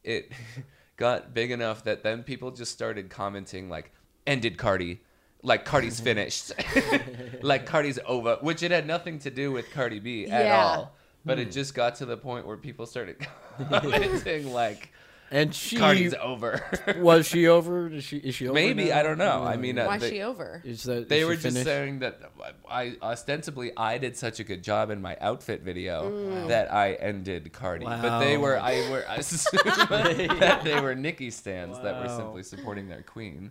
it got big enough that then people just started commenting like, "Ended Cardi." Like Cardi's finished, like Cardi's over, which it had nothing to do with Cardi B at
Yeah.
all. But it just got to the point where people started commenting like,
And she
Cardi's over.
was she over? Is she is she over?
Maybe
now?
I don't know. I mean, uh,
Why is
they,
she over?
Is that is
they
she
were just
finished?
saying that I ostensibly I did such a good job in my outfit video
Mm.
that I ended Cardi, but they
Wow.
were I were I assume that they were Nicki stands that were simply supporting their queen.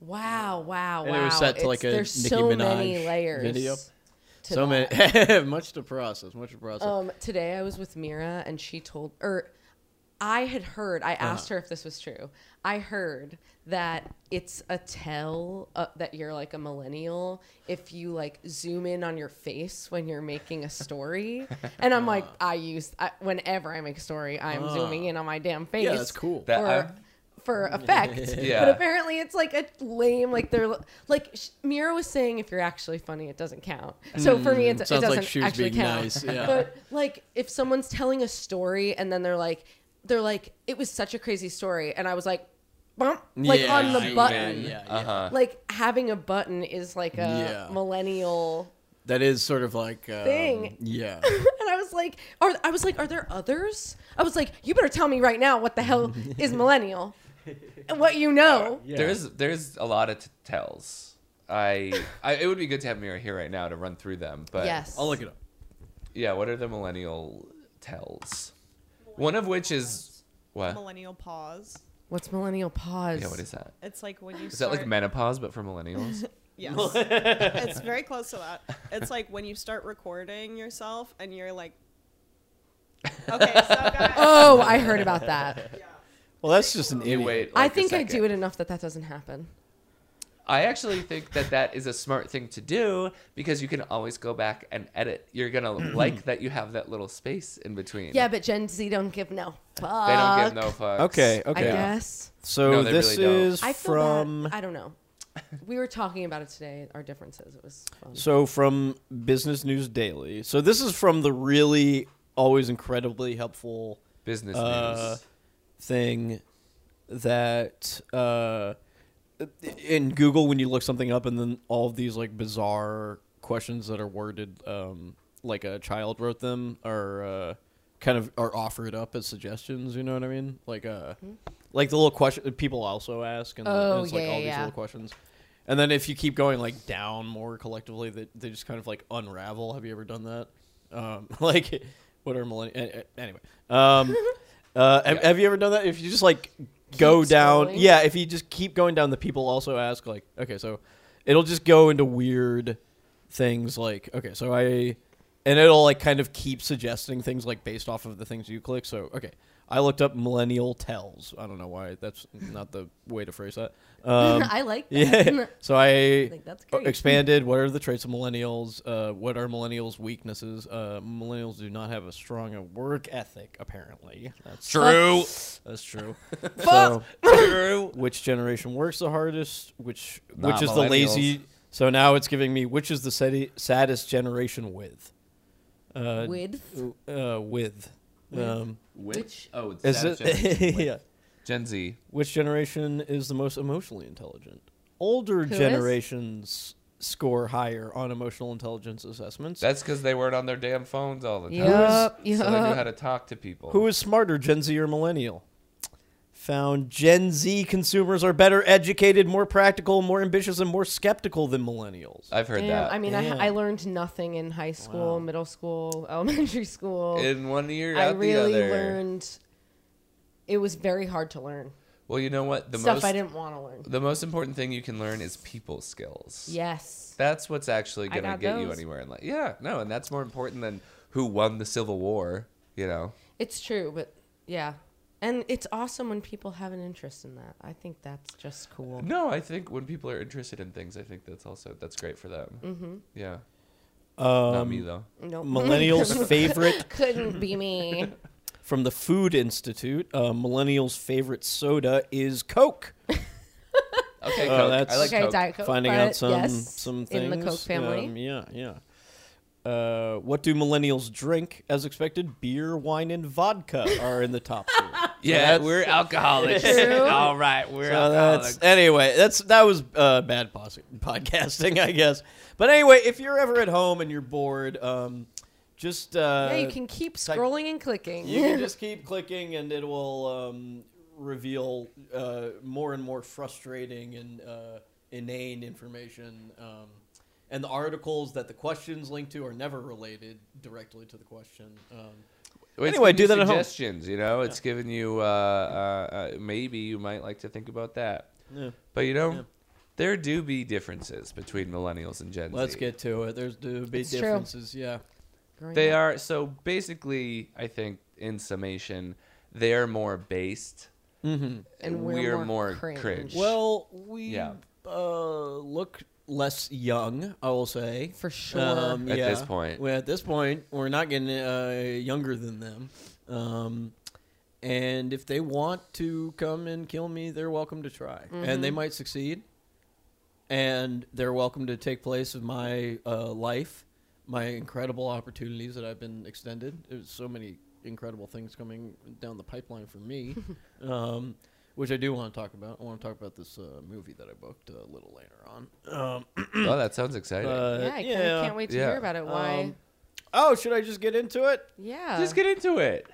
Wow, wow,
And
wow.
it was set to, like, a
there's
Nicki
so
Minaj
many layers.
video.
to
So
that.
many, much to process, much to process.
Um, today I was with Mira and she told, or I had heard, I
Uh-huh.
asked her if this was true. I heard that it's a tell uh, that you're like a millennial if you like zoom in on your face when you're making a story. and I'm like,
Uh.
I use, I, whenever I make a story, I'm zooming in on my damn face.
yeah, that's cool.
That
for-
I've-
for effect.
Yeah.
But apparently it's like a lame, like they're like sh- Mira was saying, if you're actually funny, it doesn't count. So for me, it, it
Mm, sounds
doesn't
like she was
actually
being
count.
nice, yeah.
But like if someone's telling a story and then they're like, they're like, it was such a crazy story, and I was like, bump, like
Yeah,
on
yeah,
the button.
yeah, yeah.
Uh-huh.
Like having a button is like a
Yeah.
millennial
That is sort of like um,
Thing.
Yeah.
and I was like, "Are I was like, are there others?" I was like, "You better tell me right now what the hell is millennial and what you know."
There's there's a lot of t- tells. I, I it would be good to have Mira here right now to run through them, but
yes,
I'll look it up.
yeah, what are the millennial tells? One of which is what?
millennial pause.
What's millennial pause?
Yeah, what is that?
It's like when you
Is that
start,
like menopause but for millennials?
Yes. it's very close to that. It's like when you start recording yourself and you're like, okay, so guys.
Oh, I heard about that.
Well, that's just an
You
idiot.
wait.
I
like, a
think I do
second.
it enough that that doesn't happen.
I actually think that that is a smart thing to do because you can always go back and edit. You're gonna
Mm-hmm.
like that you have that little space in between.
Yeah, but Gen Z don't give no fuck.
they don't give no fucks.
Okay,
I
okay.
guess.
So
No, they
this
really don't.
is
I feel
from
bad. I don't know. We were talking about it today. Our differences. It was fun.
so from Business News Daily. So this is from the really always incredibly helpful
Business
Uh,
news.
thing that uh, in Google when you look something up and then all of these like bizarre questions that are worded um, like a child wrote them are uh, kind of are offered up as suggestions. You know what I mean? Like uh, like the little question that people also ask and, the- and
Hmm. Oh,
it's
yeah,
like all these
yeah.
little questions. And then if you keep going like down more collectively, they, they just kind of like unravel. Have you ever done that? Um, like what are millennials? Anyway, um, uh, have, have you ever done that? If you just like go
Keep
down,
scrolling?
yeah. If you just keep going down, the people also ask like, okay, so it'll just go into weird things like, okay, so I, and it'll like kind of keep suggesting things like based off of the things you click. So okay, I looked up millennial tells. I don't know why that's not the way to phrase that. Um,
I like that.
yeah. So I
think that's
uh,
great.
expanded. What are the traits of millennials? Uh, what are millennials' weaknesses? Uh, millennials do not have a strong uh, work ethic. Apparently, that's
True.
that's true. so, true. Which generation works the hardest? Which
Not
which is the lazy?
millennials.
So now it's giving me which is the sadi- saddest generation with. Uh,
With
Uh, with. Um,
Which oh, it's
is
that
it?
generation.
yeah.
Gen Z.
Which generation is the most emotionally intelligent? Older
is?
generations score higher on emotional intelligence assessments.
That's because they weren't on their damn phones all the time.
Yup,
So they knew
yup.
how to talk to people.
Who is smarter, Gen Z or millennial? Found Gen Z consumers are better educated, more practical, more ambitious, and more skeptical than millennials.
I've heard
Damn,
that.
I mean,
Damn.
I, I learned nothing in high school, middle school, elementary school.
in one ear,
I
out
really
the other.
learned. It was very hard to learn
Well, you know what? The
stuff
most
I didn't want to learn.
the most important thing you can learn is people skills.
Yes.
That's what's actually
I
gonna
got
get you
those.
anywhere in life. Yeah, no, and that's more important than who won the Civil War. You know,
It's true, but yeah. And it's awesome when people have an interest in that. I think that's just cool.
no, I think when people are interested in things, I think that's also that's great for them. Mm-hmm. Yeah,
Um,
not me though.
Nope.
Millennials' favorite
Couldn't be me.
from the Food Institute. Uh, millennials' favorite soda is Coke.
Okay,
Uh,
Coke. I
that's-
like
okay,
Coke.
Diet Coke.
finding
but
out some
yes,
some things
in the Coke family.
Um, yeah, yeah. Uh, what do millennials drink? As expected, beer, wine, and vodka are in the top. three.
yeah, we're alcoholics. All right, we're
So
alcoholics.
that's anyway. That's that was uh, bad pos- podcasting, I guess. But anyway, if you're ever at home and you're bored, um, just uh,
yeah, you can keep
type-
scrolling and clicking.
you can just keep clicking, and it will um, reveal uh, more and more frustrating and uh, inane information. Um, and the articles that the questions link to are never related directly to the question. Um,
Well, it's
Anyway,
giving
do
you
that at home.
Suggestions, you know, it's giving you. Uh, uh, uh, maybe you might like to think about that.
Yeah.
But you know,
Yeah.
there do be differences between millennials and general
let's get to it. There's the big
It's true.
differences. Yeah.
Growing
They
up.
are so basically. I think in summation, they are more based,
And we're more cringe.
Mm-hmm. Well, we
Yeah.
uh, look less young, I will say.
For sure.
Um,
At
yeah.
this point.
Well, at this point, we're not getting uh, younger than them. Um, and if they want to come and kill me, they're welcome to try. And
Mm-hmm.
they might succeed. And they're welcome to take place of my uh, life, my incredible opportunities that I've been extended. There's so many incredible things coming down the pipeline for me, um, which I do want to talk about. I want to talk about this uh, movie that I booked a little later on. Um,
oh, that sounds exciting.
but,
yeah, I kinda
yeah.
can't wait to
Uh, Yeah.
hear about it. Why?
Um, Oh, should I just get into it?
yeah.
Just get into it.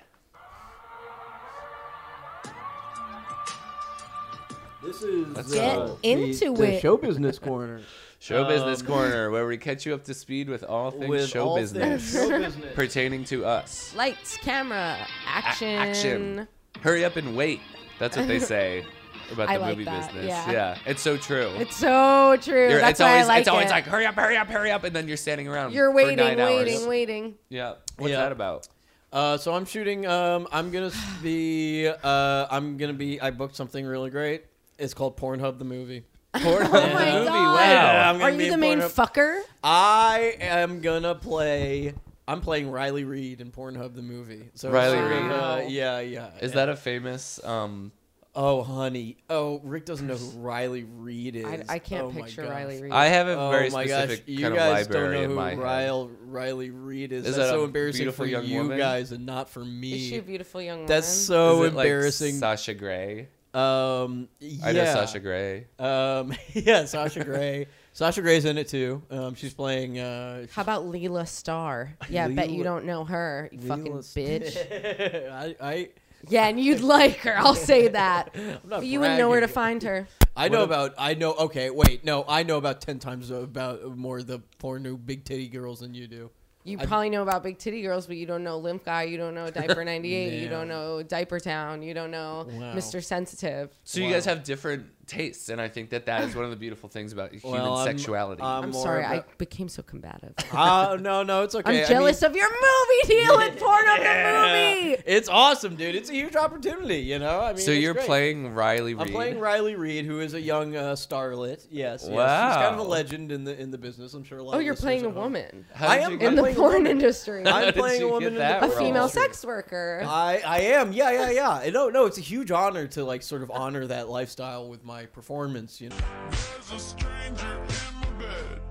This is
Let's uh,
Get the- into the it.
uh, show business corner.
Show Business
Um,
Corner, where we catch you up to speed with all things
with
show
all
business
things show business.
pertaining to us.
Lights, camera, action.
action. Hurry up and wait. That's what they say about
I
the
like
movie
that,
business.
yeah.
it's so true.
It's so true.
You're-
That's
it's
why
always
I like
it's always
it.
like hurry up, hurry up, hurry up, and then you're standing around.
You're
for
waiting,
nine hours.
waiting, waiting.
Yeah. What's
Yeah.
that about?
Uh, so I'm shooting. Um, I'm gonna s- be. Uh, I'm gonna be. I booked something really great. It's called Pornhub the movie. Pornhub
Oh my
the movie.
god.
Yeah, I'm gonna
Are
be
you the
in
main
Pornhub.
fucker?
I am gonna play. I'm playing Riley Reed in Pornhub the movie. So it's
Riley
sort of,
Reid?
uh, yeah, yeah.
Is that a famous um
Oh, honey. Oh, Rick doesn't know who Riley Reed is.
I, I can't
Oh my
picture
gosh.
Riley Reed.
I have a
Oh
very
my gosh,
specific
you
kind
guys
of
don't
library
know
in my
who
head.
Riley, Riley Reed is.
Is
That's
that
so
a
embarrassing
beautiful
for
young
you
woman?
guys and not for
E.
me.
Is she a beautiful young woman?
That's
Is
so
it like
embarrassing.
Sasha Grey.
um, yeah.
I know Sasha Grey.
Um, yeah, Sasha Gray. Sasha Gray's in it too. Um, she's playing. Uh,
How about Leela Starr? Yeah, I bet you
Leela-
don't know her, you fucking
Leela Starr.
bitch.
I, I,
yeah, and you'd like her. I'll say that.
I'm not
you wouldn't know where to
bragging.
find her.
I know about. I know. Okay, wait. No, I know about ten times about more the porn new big titty girls than you do.
You
I-
probably know about Big Titty Girls, but you don't know Limp Guy. You don't know Diaper 98. You
No.
don't know Diaper Town. You don't know
Wow.
Mr. Sensitive.
So you guys have different tastes, and I think that that is one of the beautiful things about human
Well, I'm- um,
sexuality.
I'm,
I'm,
more
sorry,
about-
I became so combative.
Oh no, no, it's okay.
I'm jealous of your movie deal with porn of the movie.
It's awesome, dude. It's a huge opportunity. You know. I mean,
so
it's
you're
great.
playing Riley Reed.
I'm playing Riley Reed, who is a young uh, starlet. Yes, yes, she's kind of
Wow.
a legend in the in the business. I'm sure a lot.
Oh,
of
you're
listeners
playing a
at home-
woman
How
I
did
am-
you
I'm
in the
playing a
porn
woman.
industry.
How
I'm
did
playing
you
a woman
get
in the
that
a
role.
female sex worker.
I, I am yeah yeah yeah And no no it's a huge honor to like sort of honor that lifestyle with my performance you know
There's a stranger in my bed.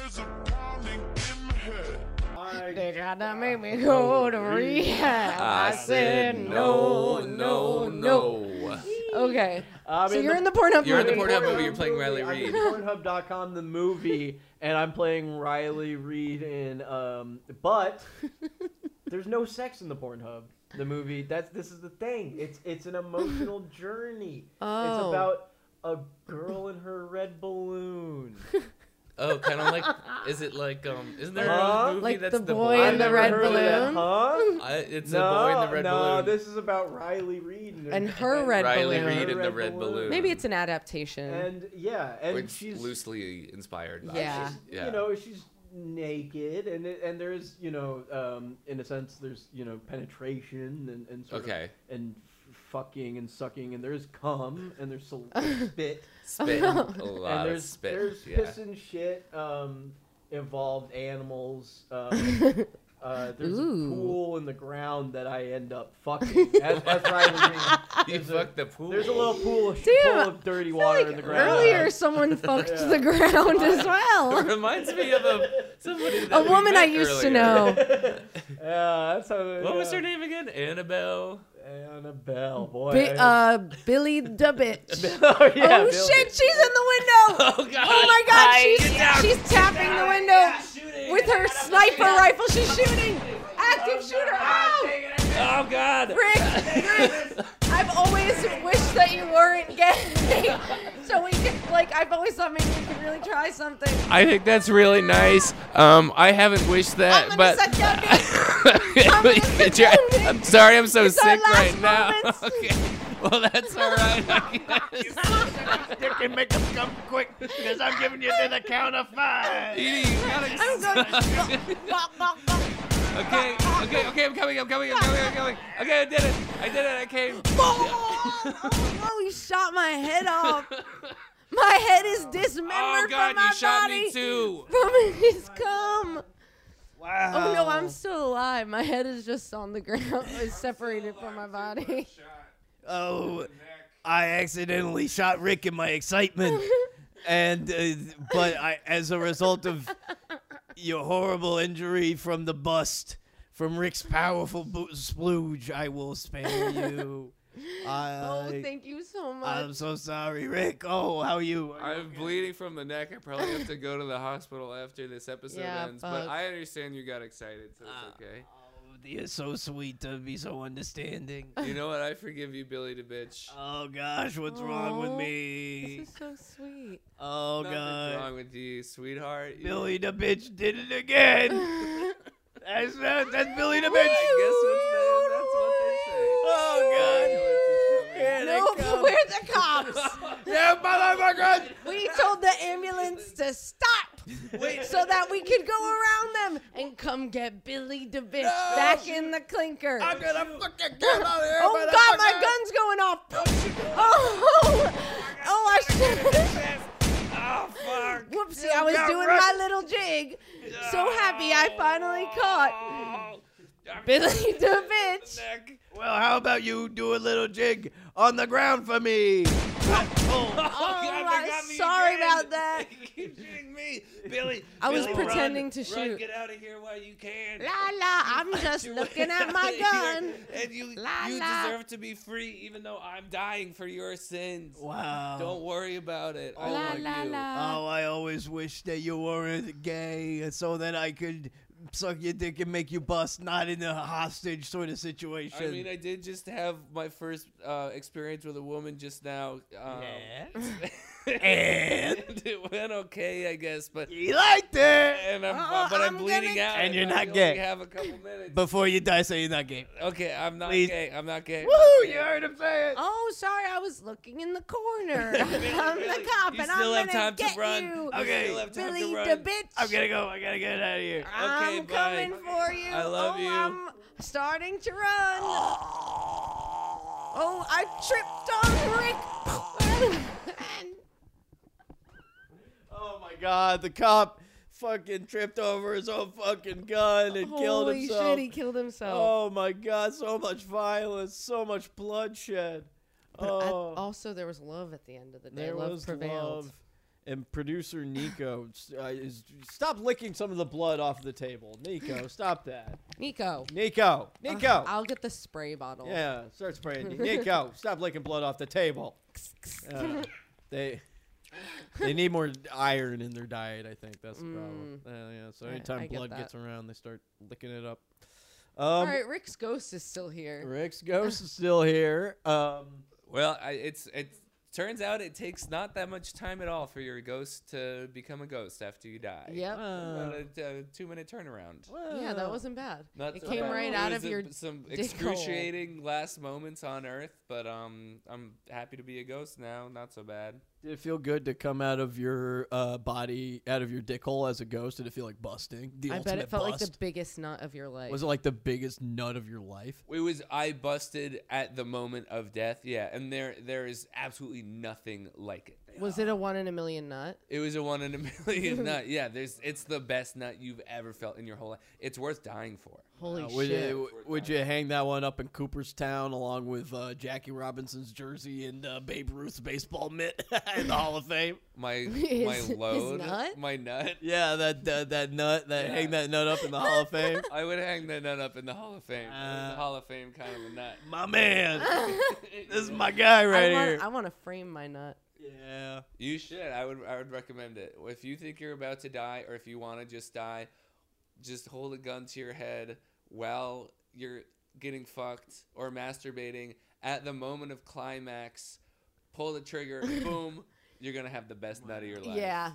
There's a pounding in my head.
They tried to make me go to rehab. I said no, no, no.
Okay.
I'm
so
in
you're
the-
in the Pornhub
You're in the
movie.
Pornhub movie. You're playing Riley
I'm in
Reed.
Pornhub.com the movie and I'm playing Riley Reed in um but there's no sex in the Pornhub the movie that's this is the thing it's it's an emotional journey it's
Oh.
about a girl in her red balloon
Oh, kind of like is it like um? Isn't there
Huh?
a movie
Like
that's
the
the,
boy
I
in the
never
red
heard of that,
balloon?
huh?
I, it's
no,
a boy in the red
no,
balloon.
this is about Riley Reed and,
And her red
Riley
balloon.
Reed and the red balloon.
Maybe it's an adaptation.
and yeah, and
Which
she's
loosely inspired. By
Yeah.
it.
she's, you know she's naked and it, and there's you know um in a sense there's you know penetration and and sort
Okay.
of, and fucking and sucking and there's cum and there's sol- spit
spit. A lot
and
of
there's
spit.
there's
yeah.
piss and shit um involved animals um, Uh, there's
Ooh.
a pool in the ground that I end up fucking. As, as Riley Reed.
You
There's a-
fucked the pool.
There's a little pool of,
Damn,
pool of dirty
I feel
water
like
in the ground.
Earlier, someone fucked
Yeah.
the ground as
It
well.
reminds me of a somebody.
A
that we
woman I
met
used to
earlier.
know.
Yeah, that's how.
What was her name again? Annabelle.
Annabelle, boy.
Bi-
I-
uh, Billy the bitch.
oh, yeah,
oh
Bill-
shit, she's in the window.
Oh God.
Oh my god, she's she's tapping the window
shooting.
with her sniper rifle. She's shooting. Active shooter. Oh,
Oh God.
Rick, Rick. I've always wished that you weren't gay, so we could like. I've always thought maybe we could really try something.
I think that's really nice. Um, I haven't wished
I'm
that,
gonna
but.
suck your dick.
We could try-
Dominic.
I'm sorry, I'm so
It's our
sick
last
right now.
moments.
Okay. Well, that's all right. I guess.
You can make them come quick, because I'm giving you to the count of five.
Edie, you gotta-
I'm going. Bop, bop, bop,
okay, okay, okay, I'm coming, I'm coming, I'm coming, I'm coming. Okay, I did it, I did it, I came.
Oh, no, you shot my head off. My head is dismembered
Oh God,
from my
you shot
body.
me too.
From his cum.
Wow.
Oh no, I'm still alive. My head is just on the ground. It's separated from my body.
Oh, I accidentally shot Rick in my excitement, and uh, but I, as a result of your horrible injury from the bust from Rick's powerful bo- splooge, I will spare you.
Oh,
I,
thank you so
I'm
much.
so sorry, Rick. Oh, how are you?
I'm bleeding from the neck. I probably have to go to the hospital after this episode
Yeah,
ends,
fuck.
but I understand you got excited, so it's okay.
Oh,
You're so sweet to be so understanding.
You know what? I forgive you, Billy the
Ah.
bitch.
Oh gosh, what's wrong
Aw.
with me?
This is so sweet.
Oh
Nothing's
god,
wrong with you, sweetheart. You-
Billy the bitch did it again. that's that's that's Billy the
I
bitch.
guess what they- that's what they say.
Oh god. Here they
Nope,
come.
we're the cops.
Yeah, motherfuckers.
We told the ambulance to stop so that we could go around them and come get Billy the bitch back in the clinker.
I'm gonna fucking get out of here.
oh god, my gun's going off. Oh, oh, I should.
Oh fuck.
Whoopsie, I was doing my little jig. So happy I finally
Oh.
caught Billy the bitch.
Well, how about you do a little jig on the ground for me?
Oh, I'm sorry about that.
Billy.
I was
Billy, run.
pretending to
Run,
shoot.
get out of here while you can.
La la, I'm just looking at my gun.
And you,
La,
you
la.
deserve to be free, even though I'm dying for your sins.
Wow.
Don't worry about it. I
La
love
la
you.
la.
Oh, I always wish that you weren't gay uh, so that I could suck your dick and make you bust, not in a hostage sort of situation.
I mean, I did just have my first uh, experience with a woman just now. Um,
and
and it went okay, I guess. But
he liked it.
and I'm,
Uh-uh,
but I'm,
I'm
bleeding
gonna-
out,
And you're
I
not
only
gay.
Have a couple minutes.
Before you die, say you're not gay.
okay, I'm not
Please.
gay. I'm not gay.
Woohoo! You heard him say it.
Oh, sorry, I was looking in the corner. I'm
Really?
the cop,
You
and
still have
I'm gonna
time to
get
run.
you,
You
Okay.
still have time
Billy
to run.
the bitch.
I'm gonna go. I gotta get out of here.
I'm
Okay,
coming
bye.
for you.
I love
oh,
you.
I'm starting to run. Oh, I tripped on Rick. And
Oh my god, the cop fucking tripped over his own fucking gun and killed
Holy
himself.
shit, he killed himself.
Oh my god, so much violence, so much bloodshed.
I-
Oh,
also, there was love at the end of the day.
there
love
was
prevailed.
love. And producer Nico s- uh, is stop licking some of the blood off the table. Nico, stop that.
Nico.
Nico, Nico.
Ugh, I'll get the spray bottle.
yeah, start spraying. Nico, stop licking blood off the table. Uh, they they need more iron in their diet. I think that's the problem. Uh, yeah. So
Mm. I-
anytime
I get
blood
that.
gets around, they start licking it up.
All
Um,
right, Rick's ghost is still here.
Rick's ghost is still here. Um,
Well, I, it's it turns out it takes not that much time at all for your ghost to become a ghost after you die.
Yep.
About
uh,
a, a two minute turnaround.
yeah,
Ah.
that wasn't bad.
Not
it
so
came
bad.
right
It
out
was
of
a-
your.
some
dick hole.
excruciating last moments on Earth, but um, I'm happy to be a ghost now. Not so bad.
did it feel good to come out of your uh, body, out of your dick hole as a ghost? Did it feel like busting? The
I
ultimate
bet it felt
bust?
like the biggest nut of your life.
was it like the biggest nut of your life?
It was I busted at the moment of death. Yeah, and there there is absolutely nothing like it.
Was it a one in a million nut?
It was a one in a million nut. Yeah, there's it's the best nut you've ever felt in your whole life. It's worth dying for.
Holy
Uh, would,
shit!
you, would you hang that one up in Cooperstown along with uh, Jackie Robinson's jersey and uh, Babe Ruth's baseball mitt in the Hall of Fame?
My my
His- his
load,
nut?
my nut.
Yeah, that that, that nut, that hang that nut up in the Hall of Fame.
I would hang that nut up in the Hall of Fame. It was
Uh,
the Hall of Fame kind of a nut.
My man, this is my guy right
I want.
here.
I want to frame my nut.
yeah,
You should. I would. I would recommend it. If you think you're about to die, or if you want to just die, just hold a gun to your head while you're getting fucked or masturbating. At the moment of climax, pull the trigger. boom. You're gonna have the best nut of your life.
Yeah.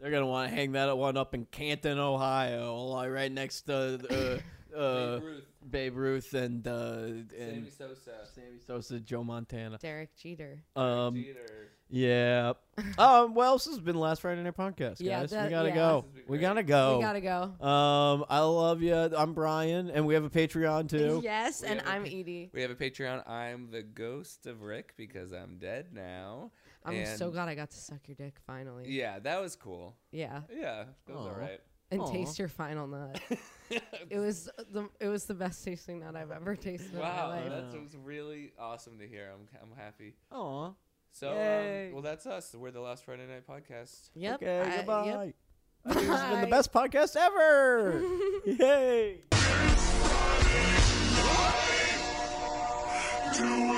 they're gonna want to hang that one up in Canton, Ohio, like right next to uh, uh,
Babe Ruth,
Babe Ruth and uh,
Sammy
and
Sosa,
Sammy Sosa, Joe Montana.
Derek Jeter.
Um,
Jeter.
yeah. Um, well, this has been last Friday Night Podcast, guys.
Yeah, that-
we gotta
yeah.
go.
This has been
We
great.
gotta go.
We gotta go.
Um, I love you. I'm Brian, and we have a Patreon too.
Yes,
We
and
have a
I'm
pic-
Edie.
We have a Patreon. I'm the ghost of Rick because I'm dead now.
I'm so
And-
glad I got to suck your dick finally.
Yeah, that was cool.
Yeah.
Yeah, that was
Aw.
all right.
And
Aw.
taste your final nut. it was the it was the best tasting nut I've ever tasted
Wow,
in my life.
that was really awesome to hear. I'm I'm happy.
Aw.
So, um, well, that's us. We're the Last Friday Night Podcast.
Yep.
Okay.
I- yep.
goodbye. I think This has been the
Bye.
best podcast ever. Yay.
Do